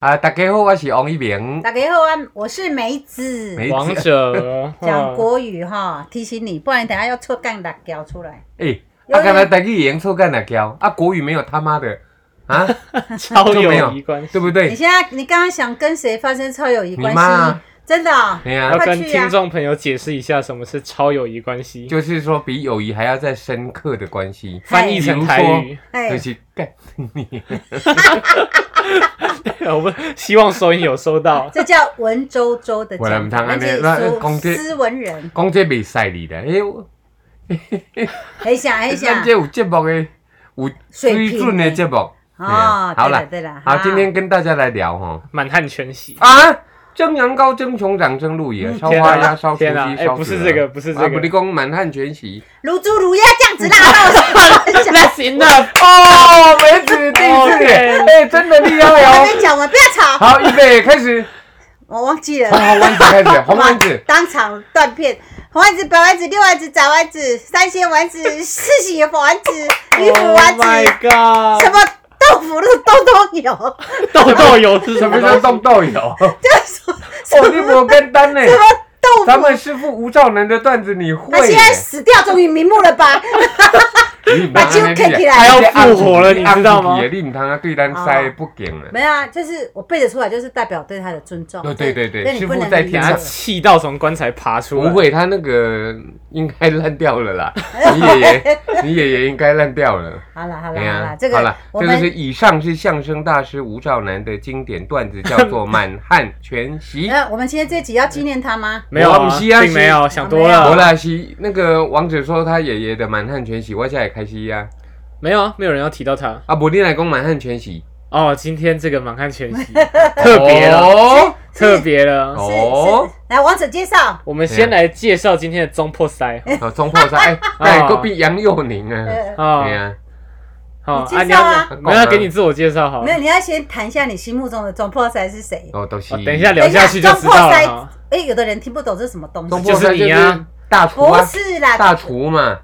啊，大家好，我是王一鸣。大家好啊，我是梅子，梅王者讲哈国语哈，提醒你，不然等下要错干打掉出来。诶，有啊，人刚才台语也错干了教啊，国语没有他妈的 啊，超就没有友谊关系， 对不你对？现在你刚刚想跟谁发生超友谊哎你关妈啊系？真的哦、哎呀、要快跟去啊听众朋友解释一下什么是超友谊关系，就是说比友谊还要再深刻的关系，翻译成台语。就哎，是干你。 我们希望收音有收到。这叫文绉绉的我来不讲通法，啊而且你那讲这是斯文人，讲这袂使你的，哎、很想很咱啊想这有节目的，有水哎水平准的节目。啊哦。好对了了对了，好，今天跟大家来聊哈满汉全席，啊，蒸羊羔、蒸熊掌、蒸鹿野、烧花鸭、烧雏鸡、嗯天啊烧哎子鹅不是这个不是这啊个不是讲满汉全席。如猪如鸭这样子啦， 好不好 That's enough。哦，梅子第一次， OK 哎，真的厉害我还哦。没讲完，不要吵，好，预备开始，我忘记了红。红丸子开始，红丸子。当场断片。红丸子、白丸子、六丸子、杂丸子、三鲜丸子、四喜丸 子、鱼腐 Oh 丸子， my 什 god！么豆腐乳通通有，豆豆油是什什么么叫东西？冻豆油？哦，就是说什你么不跟单呢？豆咱腐。们师傅吴兆南的段子你会他现在死掉，终于瞑目了吧？ 耶？把酒开起来，还要复活了你知道吗令他对单塞不给了。没有啊，就是我背得出来，就是代表对他的尊重。哦对对对所以你不师能傅在理天等下上解。气到从棺材爬出来。不，会，他那个应该烂掉了啦。你爷爷，你爷爷应该烂掉了。好了好了哎好呀了，这好了个，我这个是们以上是相声大师吴兆南的经典段子，叫做《满汉全席》。呃，我们今天这集要纪念他吗？没有我啊不是啊并没有，想多啊我了。啦是那个王者说他爷爷的满汉全席，我现在开心呀、没有啊，没有人要提到他。啊。啊，不，你来讲满汉全席，哦，今天这个满汉全席特别了，哦，特别了。哦是是，来王者介绍，我们先来介绍今天的中破塞哦冲 破赛，哎，哎，隔壁杨佑宁啊，哦呃，啊对。呀，好，你介你绍要啊不没有要给你自我介绍好没了。有，你要先谈一下你心目中的中破塞是谁？哦，都是。哦等一下聊下去就知道了哈。哎、有的人听不懂这是什么东中西，破赛就是你啊，大厨不啊，是啦，大厨嘛，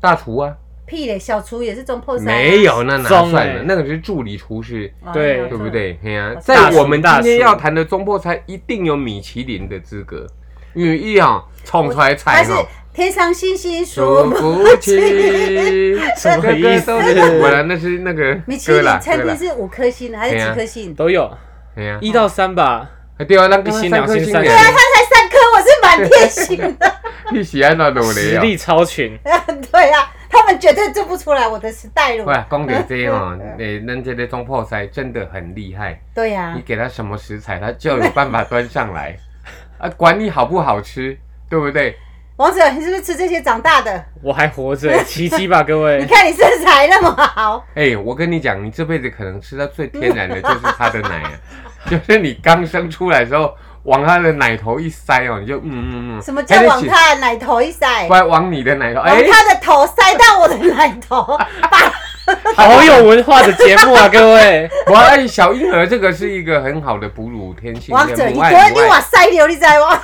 大厨啊，屁嘞，小厨也是中破塞、啊哎没有，那哪中算欸了，那个是助理厨师。哦对那对种不对？嘿呀、大在厨我们今大天厨要谈的中破菜，一定有米其林的资格，因为一样冲出来它菜是哈，天上星星数数不不清，什么意思个个都果然那是那个米其歌林啦餐歌啦厅，是五颗星的还是对啊几颗星？都有哎呀，一到三吧，啊对啊，那个一星三颗两星星三的星，它啊才三颗，我是满天星的。你喜欢哪种实类力啊？超群。 对啊，他们绝对做不出来我的时代喂了。，讲到这哦，诶，咱这个中破菜真的很厉害，对啊啊呀、你给他什么食材，他就有办法端上 来，啊，管你好不好吃，对不对？王者，你是不是吃这些长大哎的？我还 活着，奇迹吧，各你位！看你身材那么好，哎、我跟你讲，你这辈子可能吃到最天然的就是他的奶、 啊，就是你刚生出来的时候，往他的奶头一塞哦，你就嗯嗯嗯，什么叫往他的奶头一塞？不然往你的奶头，往哎、他的头塞到我的奶头，把好有文化的节 目啊，各位！ 我哎，小婴儿这个是一个很好的哺乳天性王者，的你母昨天爱你母往爱。塞流，你知道吗？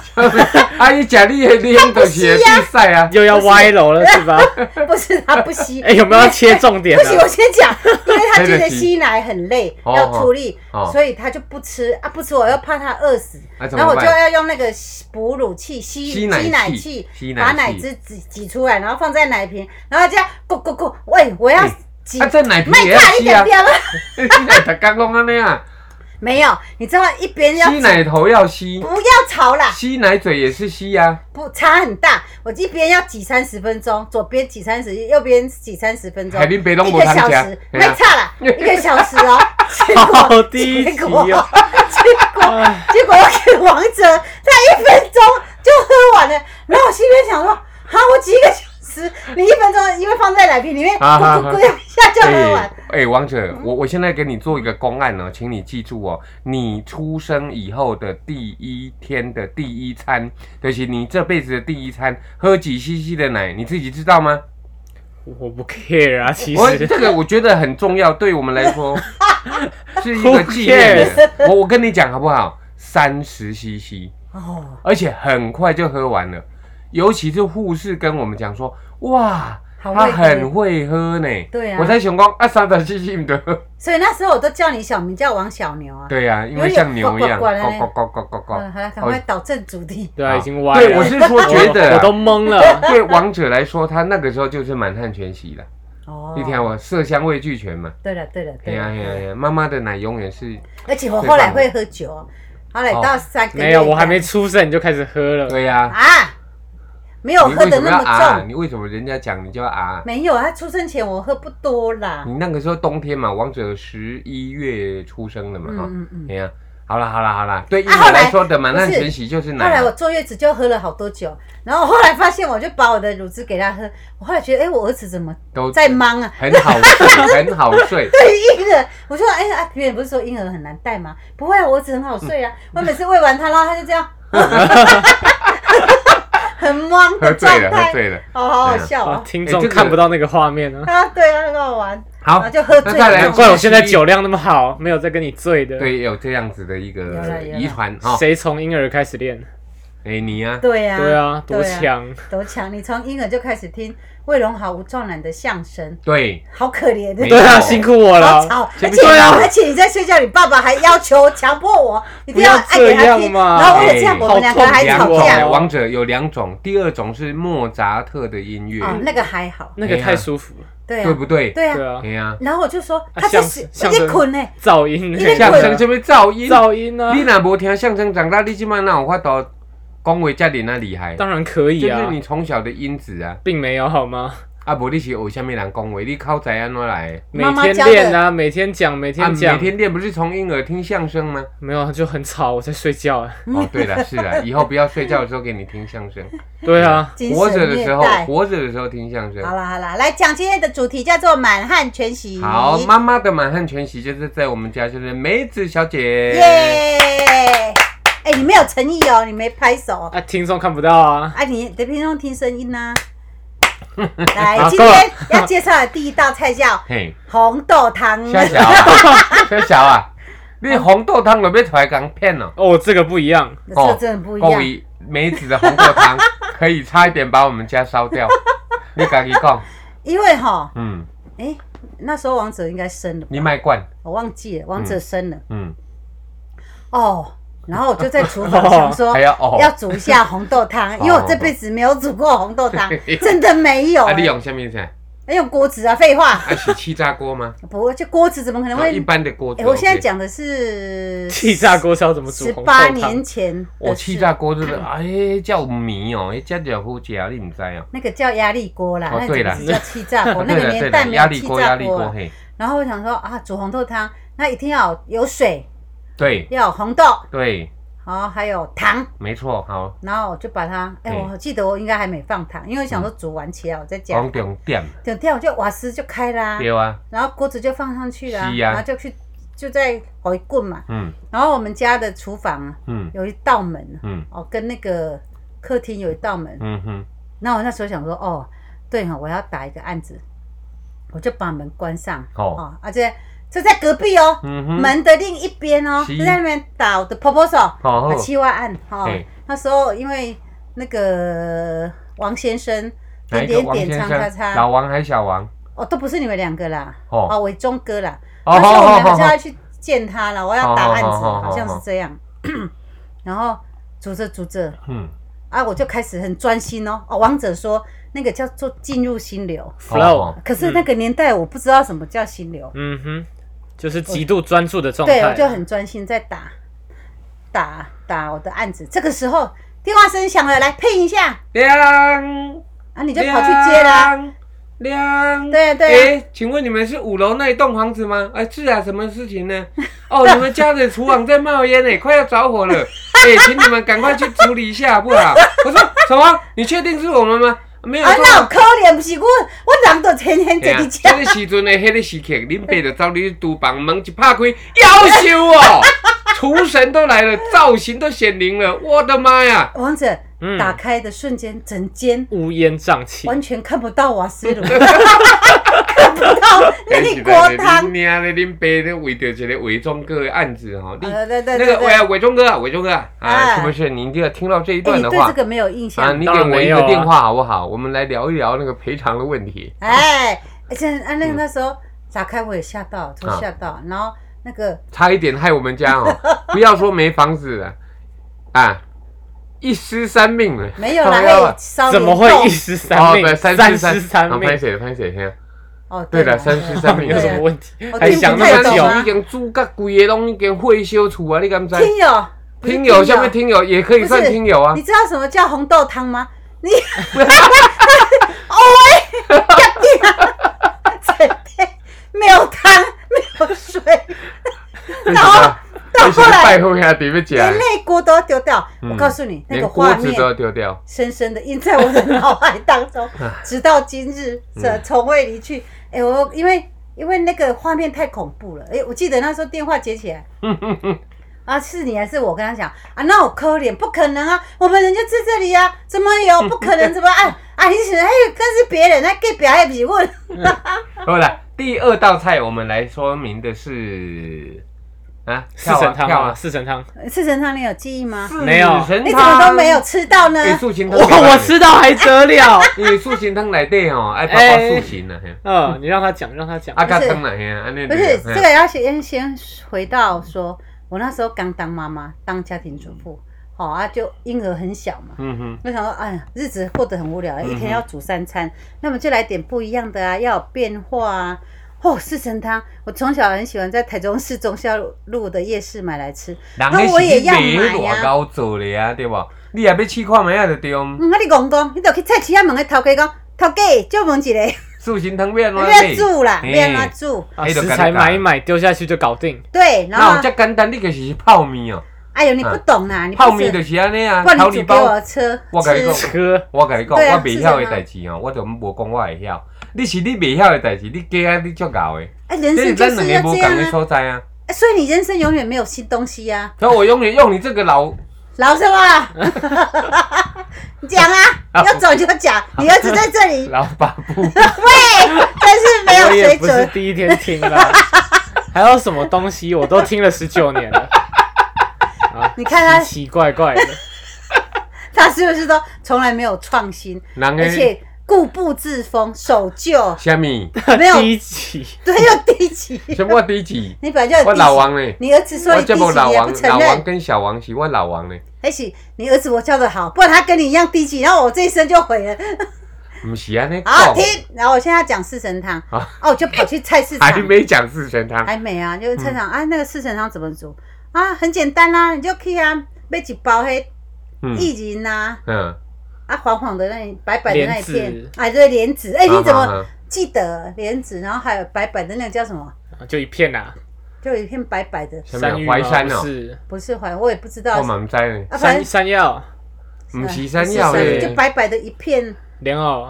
阿姨讲你的脸都写比赛啊，又要歪楼了是 吧？不是他 不吸，哎，有没有要切重点不啊？行，我先讲，因为他觉得吸奶很累，哦要出力哦，所以他就不吃啊，不吃我又怕他饿死，啊怎么办然后我就要用那个哺乳器吸吸奶器奶器吸，奶器把奶汁挤挤出来，然后放在奶瓶，然后这样咕咕咕，喂，我要哎挤啊，，这奶瓶卖也要差一吸点啊，不要吗？他刚 弄安尼啊， 没有，你知道一边要吸奶头要吸不，要吵啦，吸奶嘴也是吸啊，不差很大，我一边要挤三十分钟，左边挤三十，右边挤三十分钟，海林北一东无个汤小吃时，，没差啦，一个小时 哦。结果好低级结果哦！结果我给王者在一分钟就喝完了，然后我心里面想说，啊，我挤一个小时，你一分钟因为放在奶瓶里面，咕啊啊啊咕咕一下就喝哎完。哎，王嗯者，我我现在给你做一个公案哦，请你记住哦，你出生以后的第一天的第一餐，就是你这辈子的第一餐，喝几 CC 的奶，你自己知道吗？我不 care 啊，其我实这个我觉得很重要，对我们来 说是一个纪念 Who 的。我我跟你讲好不好？三十 CC，哦，而且很快就喝完了。尤其是护士跟我们讲说，哇，好他会很喝。会喝呢。对啊我在想讲啊，三十七七的，所以那时候我都叫你小名叫王小牛啊。对呀、因为像牛一样，有点呱呱呱呱呱呱呱嗯，。好了，赶哦快导正主题。对啊，好已经歪了。对我是说觉得啊我我都 懵了。对王者来说，他那个时候就是满汉全席了。哦你听我色香味俱全嘛。对了，对了，哎对呀了哎呀哎呀，妈妈的奶永远是而且我后来会喝酒哦，后来到三个月没有，我还没出生你就开始喝了。对呀、啊，没有你喝为的什么要那啊？么重，你为什么人家讲你就要啊？没有，啊他出生前我喝不多啦你。那个时候冬天嘛，王者十一月出生的嘛，哈、嗯嗯嗯哎呀，好啦好啦好啦，对婴啊后儿来来说的满汉不是全席就是后来奶我。坐月子就喝了好多酒，然后后来发现我就把我的乳汁给他喝，我后来觉得，哎，我儿子怎么都在忙啊？ 很好睡，很好睡。对婴儿，我说，哎啊，别人不是说婴儿很难带吗？不会啊，我儿子很好睡啊，我每次喂完他，然后他就这样， 很懵喝的醉状了，喝态，醉了。哦，好好笑啊哦，听哎众这个看不到那个画面啊。啊，对啊，很好玩，然好后，就喝那醉再来了难。怪我现在酒量那么好，没有在跟你醉的。，对，有这样子的一有个了有了遗传哈。谁从婴儿开始练？哎，你啊，对呀、对啊，多强！多强！你从婴儿就开始听魏荣豪、吴壮男的相声，对，好可怜的没，对啊，错辛苦我好了。吵。而且、对啊而且你在睡觉，你爸爸还要求强迫我一定不要按给他这听，样嘛然后为了这样，哎我们两个还两吵种好痛架苦。王者有两种，第二种是莫扎特的音乐，哦，那个还好，那啊个太舒服了。对对啊，不对？对对啊。啊哎，呀，然后我就说啊他在相洗，相在声困呢，噪音因为相滚声这边噪音，噪音啊你，若无听相声长大，你即满哪有法度讲话遮尔啊厉害？当然可以就是啊，你从小的因子啊，并没有好吗？啊无你是学虾米人讲话，你靠在安怎来每妈妈天教的练啊，每天讲，每的？啊，天每讲，天练不是从婴儿听相声吗？没有就很吵，我在睡 觉啊。哦，对了，是了，以后不要睡觉的时候给你听相声，对啊，精活着神的虐时候，待。活着的时候听相声。好啦好啦，来讲今天的主题叫做《满汉全席》。好，妈妈的满汉全席就是在我们家，就是梅子小姐。耶！哎，你没有诚意哦，你没拍手哦。啊，听众看不到啊。啊，你得平常听声音 呐、来，啊好今够了天要介绍的第一道菜叫嘿，红豆 汤。小小啊，小小啊，你红豆汤有被出来讲骗了？哦，这个不一样， 这真的不一各样。位梅子的红豆 汤可以差一点把我们家烧掉。你敢己讲，因为哈，嗯，哎、那时候王者应该生了吧，你卖罐，我忘记了，王者生了、嗯，哦。然后我就在厨 房哦想说还要，哦要煮一下红豆 汤，因为我这辈子没有煮过红豆汤，真的没有、啊，你哎用什么菜？用锅子啊，废话，啊，是气炸锅吗？不，这锅子怎么可能啊一会？般的锅子哎、 OK。 我现在讲的是气炸锅是要怎么煮十红豆八汤？年前的哦，事气炸锅真的，哎，叫迷哦，哎，叫叫好吃啊，你唔知哦。那个叫压力锅啦，哦那对个啦不是叫气炸 锅，啊那对个了对年代了，没压有力气锅，炸压力锅，锅。啊嘿，然后我想说啊，煮红豆汤，那一定要有水，对要有红豆，对，然后还有糖，没错，好，然后我就把它，哎、嗯我记得我应该还没放糖，因为想说煮完起来我再加讲糖。重点，等天我就瓦斯就开啦，对啊，然后锅子就放上去啦，是啊然后就去就在回棍嘛。嗯然后我们家的厨房啊嗯有一道门，嗯哦，跟那个客厅有一道门，嗯哼，那我那时候想说，哦，对哈、我要打一个案子，我就把门关上。哦，哦，而且就在隔壁哦，嗯哼，门的另一边哦，是就在那边打我的 proposal，好啊，七万案哈嘿。那时候因为那个王先生哪一个点点王点先叉叉生？老叉，王还小王？哦，都不是你们两个啦，哦哦，伟忠哥啦。哦那时候我们好好好像好要去见他了，我要打案子，好好好好好像是这样。 然后煮着煮着，嗯，啊，我就开始很专心哦。哦，王者说那个叫做进入心流， flow，哦可是那个年代我不知道什么叫心流，嗯哼，就是极度专注的状态。对我就很专心在打打打我的案子。这个时候电话声响了，来配一下亮，啊，你就跑去接啦、亮。亮，对对哎，请问你们是五楼那一栋房子吗？哎，是啊，什么事情呢？ 哦，你们家的厨房在冒烟呢，快要着 火了，哎，请你们赶快去处理一下，好不好？我说什么？你确定是我们吗？没有啊，错那有可怜，不是我，我人都天天嘿在啊你这家，个时阵的迄个时刻，恁爸就走你厨房门一拍开，夭寿哦！厨神都来了，造型都显灵了，我的妈呀！王者嗯打开的瞬间，整间乌烟瘴气，完全看不到瓦 斯炉，看不到那你个锅 汤。你啊，你背那为着一个伪装哥的案子哈，你呃，对对那对个对，哎伪伪装哥啊，伪装哥啊啊，哎是不是？你一定要听到这一段你的对话这个没有印啊，象？你当给然我没一有个啊电话好不好？我们来聊一聊那个赔偿的问题。哎，而且啊，那个那时候打开我也吓到，都吓到，然后那个差一点害我们家哦，不要说没房子了啊，一失三命了。没有啦，靠腰还有啊烧怎莲么会豆一尸哦，三对，命？三三失三，尸三哦命拍，谁拍谁嘿啊 哦，对了，啦三失 对啦三命有有对什什么问么问题？我还听想不那太么么懂久久，啊已经租甲贵的拢已经退休厝啊，你敢不知？听友，不是听友下面听友也可以不算是听友啊你，知道什么叫红豆汤吗？ 你哦喂，一定啊，没有汤，没有 水，为然什后么？到为什后么来拜后下底面讲连，内锅都要丢掉。嗯我告诉你，那连个锅画子都要面丢 掉。深深的印在我的脑海当中唉，直到今日，这从未离去。哎，我因为因为那个画面太恐怖了，哎，我记得那时候电话接起来。啊，是你还是我？跟他讲啊，那我可怜，不可能啊，我们人就住这里啊，怎么有不可能？怎么哎啊？你是哎，但是别人那给别人比 问，好了，第二道菜我们来说明的是啊，四跳啊神汤跳啊，啊，四神汤，四神汤你有记忆吗？没有四神你怎么汤都没有吃啊到呢？哎，素琴我汤，我，吃到还 得了？因为素琴汤来对吼，爱包包哎素琴啊，嘿嗯，你让他讲，让他讲。啊，甲汤来嘿，安尼不，就是嘿这个要先先回到说，我那时候刚当妈妈，当家庭主妇，好、啊，就婴儿很小嘛，嗯哼，我想说，哎呀，日子过得很无聊，一嗯天哼要煮三餐，那么就来点不一样的啊，要有变化啊。哦，四神汤，我从小很喜欢在台中市中孝路的夜市买来吃。人那我也要买迄啊是外高做的啊，对不？你也要试看卖啊，就对。嗯，啊，你戆戆，你著去菜市啊问个头家讲，头家借问一个，素琴汤要安怎么要买？煮啦，嘿要怎煮？啊，那就食尴尬材买一买，丢下去就搞定。对，然后那有啊这简单，你就是泡面哦，哎呦，你不懂啦，你不泡是面就是安尼啊，不然调你理煮给我包。吃，我跟你讲吃车我跟你讲，对啊我袂晓的代志哦，我就无讲我会晓。你是你袂晓的代志，你加啊你足牛的，哎，人这是生就咱是两要个无这共样的啊，所在啊。哎所以你人生永远没有新东西啊，所以我永远用你这个老老什么？你 讲啊，要走就讲，你儿子在 这里，老把布，但是没有我也水不是准。第一天听 啦，还有什么东西我都听了十九年 了。啊，你看他奇奇怪怪的，他是不是都从来没有创 新， 人而诶，且固步自封、守 旧，虾米？没有 第一集对，又 低级。什么我第几？你 本来就我很低老级，王嘞，你儿子说我你低这级，么老你也王不，承老王认。啊跟小王是我老王嘞，而且你儿子我教的好，不然他跟你一样低级，然后我这一生就毁了。不是安尼讲。好听，然后我现在要讲四神汤，哦好哦，我就跑去菜市场还。没讲四神汤，还没啊，嗯就是菜场、啊，那个四神汤怎么煮啊？很简单啦、你就去啊，买一包黑嗯薏仁呐，嗯，啊黄黄的那里白白的那一莲片子，啊对莲子，哎、啊你怎啊么啊记得莲子？然后还有白白的那个叫什么？啊就一片呐，就有一片白白的，什么芋淮吗？山不哦，是不是黄，我也不知道我。哦嘛唔知呢，啊，山反山药、正唔是啊山药不是嘞山就白白的一片，莲藕，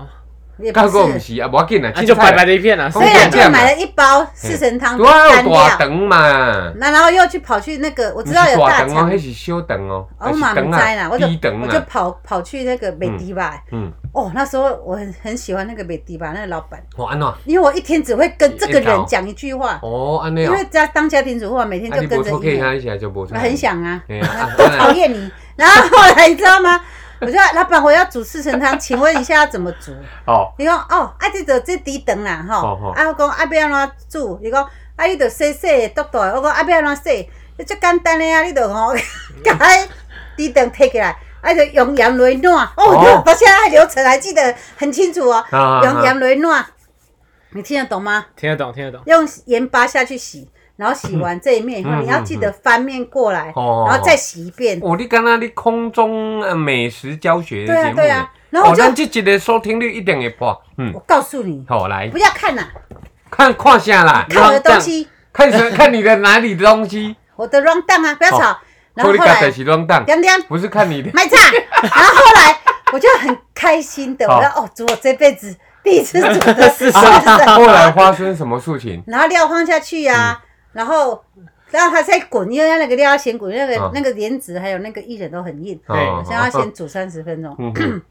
也刚不讲唔是。是啊，无要紧啊，啊啊就白白的，的一片啊，所以啊啊，这就样啊买了一包四神汤我干有大掉，肠嘛，那然后又去跑去那个，我不知是道有大大肠哦，肠那，是小肠哦，哦我还嘛是肠唔知啦，啊，我就低肠我就啊，跑跑去那个美迪吧。嗯，哦，那时候我很很喜欢那个美迪吧，那个老板，我哦安怎？因为我一天只会跟这个人讲一句话，哦，安尼因哦为，家当家庭主妇啊，每天啊就你跟无着出去一人，遐下就无出去，我很想啊，嘿啊，多啊讨厌你。然后 后来你知道吗？我说老板，我要煮四神汤，请问一下要怎么煮？哦，你讲哦，啊，这就这低等啦，好吼好。啊，我讲啊，要安怎煮？你讲啊，你就洗洗，剁剁。我讲啊，要安怎洗？你最简单诶啊，你就吼， 甲迄低等摕起来，啊，就用盐来烂。哦，哦哟，到现在流程还记得很清楚哦。啊啊用啊盐来烂，你听得懂吗？听得懂，听得懂。用盐巴下去洗，然后洗完这一面以后，嗯你要记得翻面过来，哦然后再洗一遍。哦，你刚刚你空中呃美食教学的对啊节目对呢啊，然后哦我就咱这一个收听率一定会破，嗯我，告诉你，好来不要看啦，看看下啦，看我的这样东西，看 什看你的哪里的东西，我的 round down 啊，不要哦吵。然后你后搞来的。是乱蛋，点点不是看 你的，卖菜，然后后来我就很开心的，好我说哦，煮我这辈子第一次煮 的是什啊 嗯么？后来发生什么事情？啊然后料放下去呀、然后然后它再滚，因为它那个料要先滚，那个、嗯那个莲子还有那个薏仁都很硬，哦所以要 先煮三十分钟。嗯嗯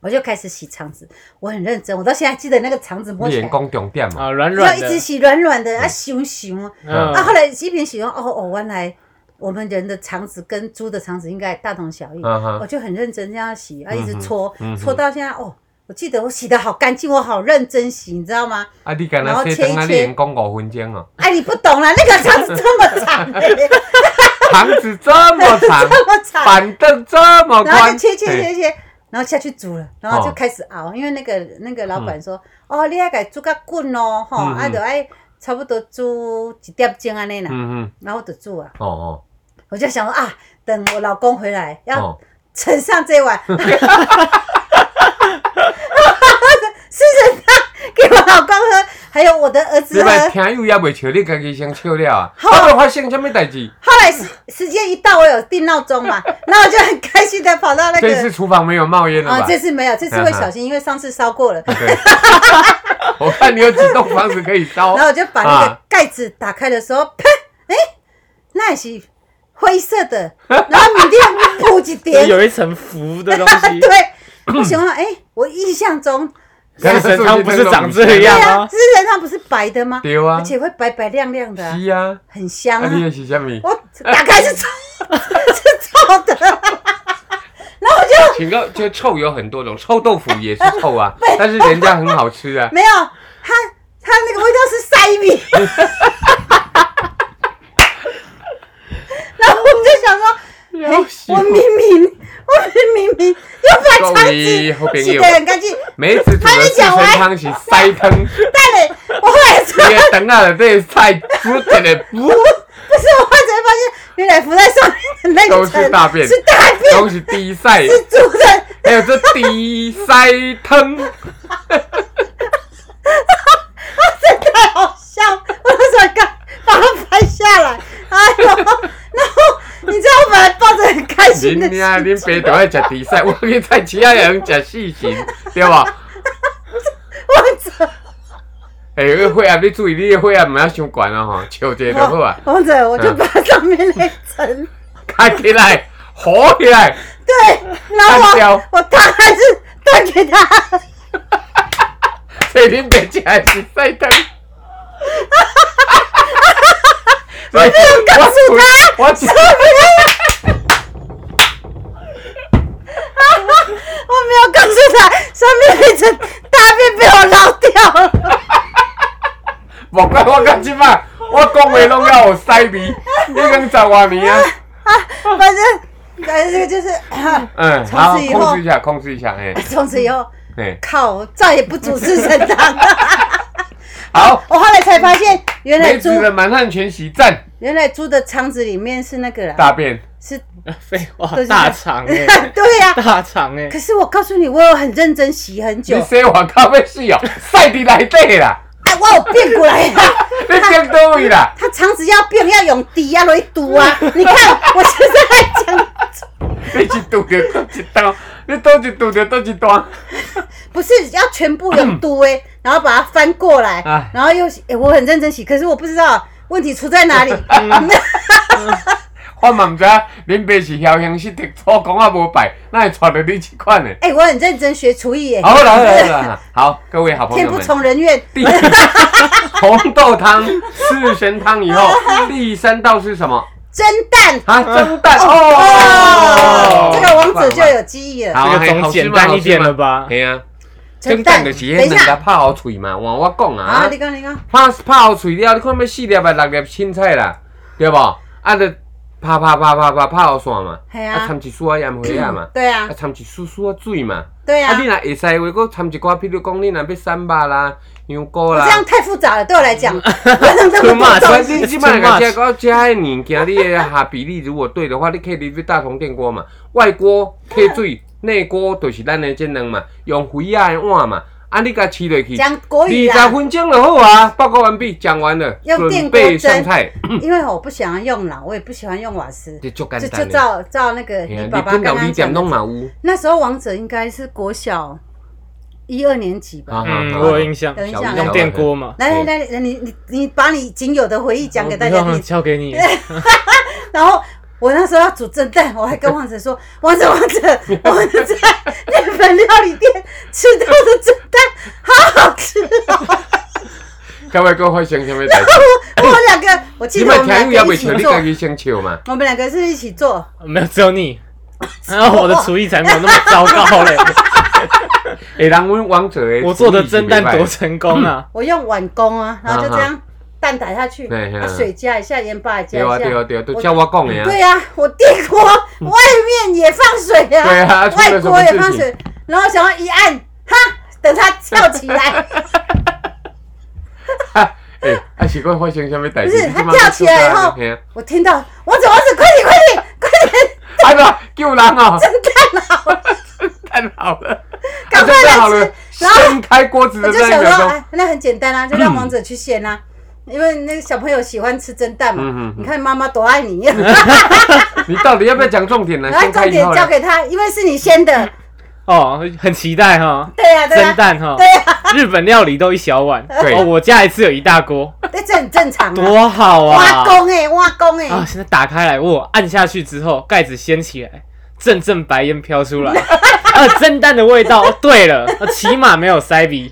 我就开始洗肠子，我很认真，我到现在记得那个肠子摸你起眼来，光重点嘛， 啊，软要软哦一的，直洗软软的，啊熊熊啊。嗯啊，后来一瓶洗完，哦哦，原来我们人的肠子跟猪的肠子应该大同小异，嗯哼我就很认真这样洗，啊，嗯哼一直搓嗯哼，搓到现在哦。我记得我洗的好干净，我好认真洗，你知道吗？啊，你敢然那后说切一等啊，你切眼光五分钟哦，哎，你不懂啦，那个肠子这么长、欸，肠子这么长， 这么 长，板凳这么然后就宽，哎切切嘿切切，然后下去煮了，然后就哦开始熬，因为那个那个老板说，哦，你要给煮个滚哦，吼，嗯嗯啊，就爱差不多煮一点钟安尼啦，嗯嗯，然后我就煮啊，哦哦，我就想说啊，等我老公回来要哦盛上这碗， 是不是他给我老公喝，还有我的儿你子喝。来听友也未笑，你家己先笑了啊！好啊，都发生什么代志？后来时时间一到，我有定闹钟 嘛，然后我就很开心的跑到那这次个。厨房没有冒烟了啊、吧？嗯这次没有，这次会小心，因为上次烧过了。对， 我看你有几栋房子可以烧然。后我就把那个啊盖子打开的时候，啪，哎、那也是灰色的，然后米粒铺一就点，有一层浮的 东西。 啊对，我想说，哎、我印象中，但是它不是长这对样啊，吗？是人上不是白的吗？对啊而，且会白白亮亮的啊、是啊，很香啊啊。你也是什么？我打开 是臭，是臭的， 然后我就请告，就臭有很多种，臭豆腐也是臭 啊，但是人家很好吃啊。没有，它它那个味道是塞米。 然后我们就想 说，要死哎我明明我明明又把肠各位好朋子友洗得很干净，梅子煮的四神汤是塞汤，你 但嘞，我后来才的肠啊，这菜煮起来不不是我后来才发现，原来浮在上面的那都个是层大便是大都便，是低塞，是煮的。还有这低塞汤， 这太好笑了，我那时候刚把它拍下来，哎呦，然后你知道我本来抱着很开心的恁呀心恁情，爸都爱食低塞，我去菜市啊也能食四神，对吧？我走。诶、欸，血压你注意，你的血压唔要伤悬啊吼，笑者就好啊，王者，我就把上面那层，开起来，火起来，对，然后干掉我我汤还是端给他，所以恁爸食的是塞汤。我没有告诉他，我只我没有告诉他上面那层大便被我捞掉了，莫怪我到即摆，我讲话拢要有塞味，你讲十偌年啊，反正反正这个就是，嗯，从好，此以后控制一下，控制一下，哎、 从此以后，哎、靠，我再也不煮四神汤了。 好，我后来才发现，原来梅猪子的满汉全席赞原来猪的肠子里面是那个啦，大便，是，哦废话都，是 大肠哎，对呀、大肠哎啊可，是我告诉你，我有很认真洗很久你，洗碗到要死哦， 塞伫内底啦，哎，我有变过来 啦。你变倒位啦。它肠子要变要用滴啊，来堵 啊！你看，我现在讲，你一拄着倒一刀，你倒一拄着倒一段，不是要全部用堵哎、然后把它翻过来啊哎，然后又、哎我很认真洗，可是我不知道问题出在哪里。嗯我嘛毋知影恁爸是侥幸失特初讲啊无拜，哪会带着你即款的？ 哎、我很认真学厨艺哎、哦好啦好啦好啦， 好，各位好朋天友不们，从人愿，第红豆汤、四神汤以后，第三道是什么？蒸蛋啊，蒸蛋哦哦，这个王者就有记忆了。哎好这个总简单一点了吧？嘿啊，蒸蒸蛋蛋就是迄等一两下个拍好喙嘛，换我讲啊，啊你，讲你讲，拍拍好喙了，你看要四粒啊六粒青菜啦，对无？啊，就拍拍拍拍拍拍好线嘛，嘿啊啊，掺一丝仔盐花啊 嘛，对啊啊，，掺一丝丝仔水嘛，对啊啊，你若会使话，佫掺一寡，譬如讲你若要三肉啦、香菇这啦，样太复杂了，对我来讲，我弄这么多 Too 反东 much 西，正即摆甲遮到遮的物件，你的下比例如果对的话，你可以入去大同电锅嘛，外锅开水，内锅就是咱的即两嘛，用肥仔的碗嘛，啊你甲饲落去，讲国二语十啦，分钟就好啊。报告完毕，讲完了，哎用电准锅备蒸上 菜，因为我不喜欢用脑，我也不喜欢用瓦斯，这足就简就单的。照照那个嘿啊你日爸爸本料刚理刚店讲嗯拢的。嘛有，那时候王者应该是国小一二年级吧。啊嗯，我有印象，等一下小用电锅嘛，来来来，来你你你把你仅有的回忆讲给大家我不用听。交给 你。然后我那时候要煮蒸蛋，我还跟王子说：“ 王子，王子，我们在日本料理店吃到的蒸蛋好好吃哦各位各位先前面台，！”我们两个，我记你得我 们们听有两也个未一起笑，你做，家己先笑嘛。我们两个是一起做。没有，只有你。然后我的厨艺才没有那么糟糕 嘞，哎诶，人哎阮王者诶，我做的蒸蛋多成功 啊！我用碗公啊，然后就这啊样蛋打下去，对啊对水加一下，盐巴也加对一啊下。对啊对啊，都叫我讲的啊。对呀、我电锅外面也放水啊， 对啊出外了什锅么事情也放水，然后想要一按，哈，等它跳起来， 诶，啊是讲发生什么代不志？是它跳起来以后，啊我听到王子王子快点快点快点，哎不，救人 哦！啊蛋好了，赶快蛋好来了，吃，然后先开锅子我的就那想一秒说，钟，哎，那很简单啊，就让王者去先啊。因为那个小朋友喜欢吃蒸蛋嘛，嗯嗯嗯你看妈妈多爱你， 你到底要不要讲重点呢？然后先开重以点后交呢？给他，因为是你先的，哦，很期待哈，对呀、对呀、啊蒸蛋哈对，日本料理都一小碗，对哦，我家一次有一大锅，哎这很正常啊。多好挖啊！工哎，挖工哎，啊，现在打开来，我按下去之后，盖子掀起来，阵阵白烟飘出 来，呃，蒸蛋的味道。哦对了， 呃起码没有塞鼻，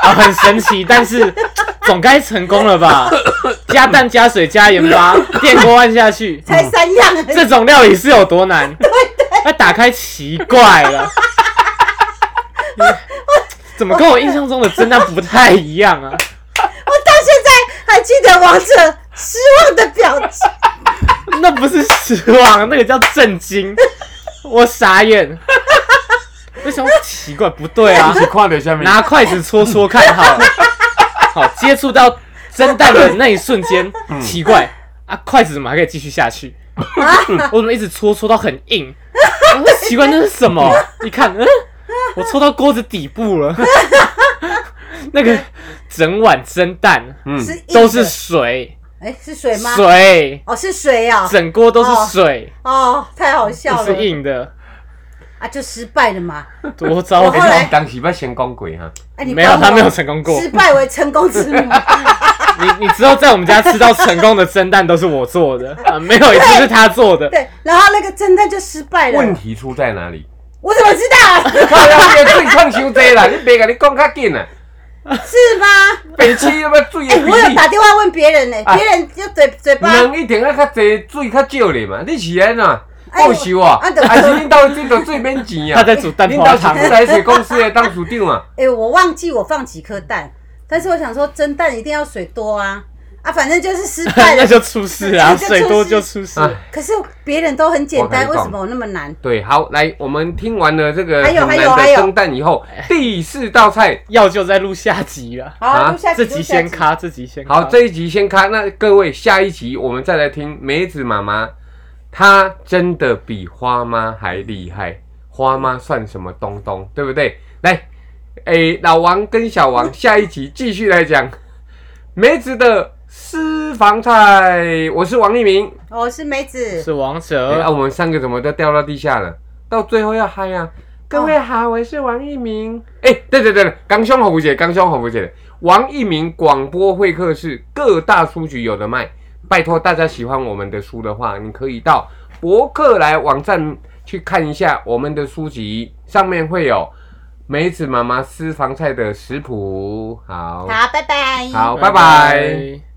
啊，很神奇，但是总该成功了 吧？加蛋加水加盐巴，电锅按下去，才三样而已。这种料理是有多难？对对，那打开奇怪 了。怎么跟我印象中的蒸蛋不太一样啊？我到现在还记得王者失望的表情。 那不是失望，那个叫震惊，我傻眼。为什么奇怪？不对啊 你，是看到下面？拿筷子戳戳看好了。好，接触到蒸蛋的那一瞬间，奇怪啊，筷子怎么还可以继续下去？我怎么一直戳戳到很硬？我说奇怪，那是什么？一看，嗯，我戳到锅子底部了。 那个整碗蒸蛋嗯，是硬的都是水，哎、是水吗？水，哦，是水啊、整锅都是水，哦，太好笑不了是硬的。啊，就失败了嘛。多糟我后来糕！哎当时要先讲鬼哈，哎、你没有，帮我他没有成功过。失败为成功之母， 你你之后在我们家吃到成功的蒸蛋都是我做的啊，没有一次是他做的。对，然后那个侦探就失败了。问题出在哪里？我怎么知道？ 靠腰边水创伤济啦，你别甲你讲较紧啊，是吗？白痴要要水的哎、比我有例，打电话问别 人呢、哎啊别人就嘴嘴巴，人一定要较济，水较少咧嘛，你是安怎？哎报仇啊！啊对还是恁兜这个水免钱啊？他在煮蛋恁花兜是汤， 自来水公司的当属长啊？哎、我忘记我放几颗蛋，但是我想说蒸蛋一定要水多啊啊，反正就是失败 那了。就出事啊，那就出事水多就出事。啊，可是别人都很简单，我跟为你讲什么我那么难？对，好，来，我们听完了这个还很有难还有还的有蒸蛋以后，哎第四道菜，药就在录下集了，好，啊录下集这录集下先集卡，这集先卡。好，这一集先看。那各位，下一集我们再来听梅子妈妈，她真的比花妈还厉害。花妈算什么东东，对不对？来， 哎诶，老王跟小王下一集继续来讲梅子的私房菜。我是王一鸣。我哦是梅子，是王哎、啊，者，我们三个怎么都掉到地下了？到最后要嗨啊！各位好，我是王一鸣。哎、对对对，刚胸口不姐，刚胸口不姐，王一鸣广播会客室各大书局有的卖。拜托大家喜欢我们的书的话，你可以到博客来网站去看一下我们的书籍，上面会有梅子妈妈私房菜的食谱。好，好，拜拜。好，拜拜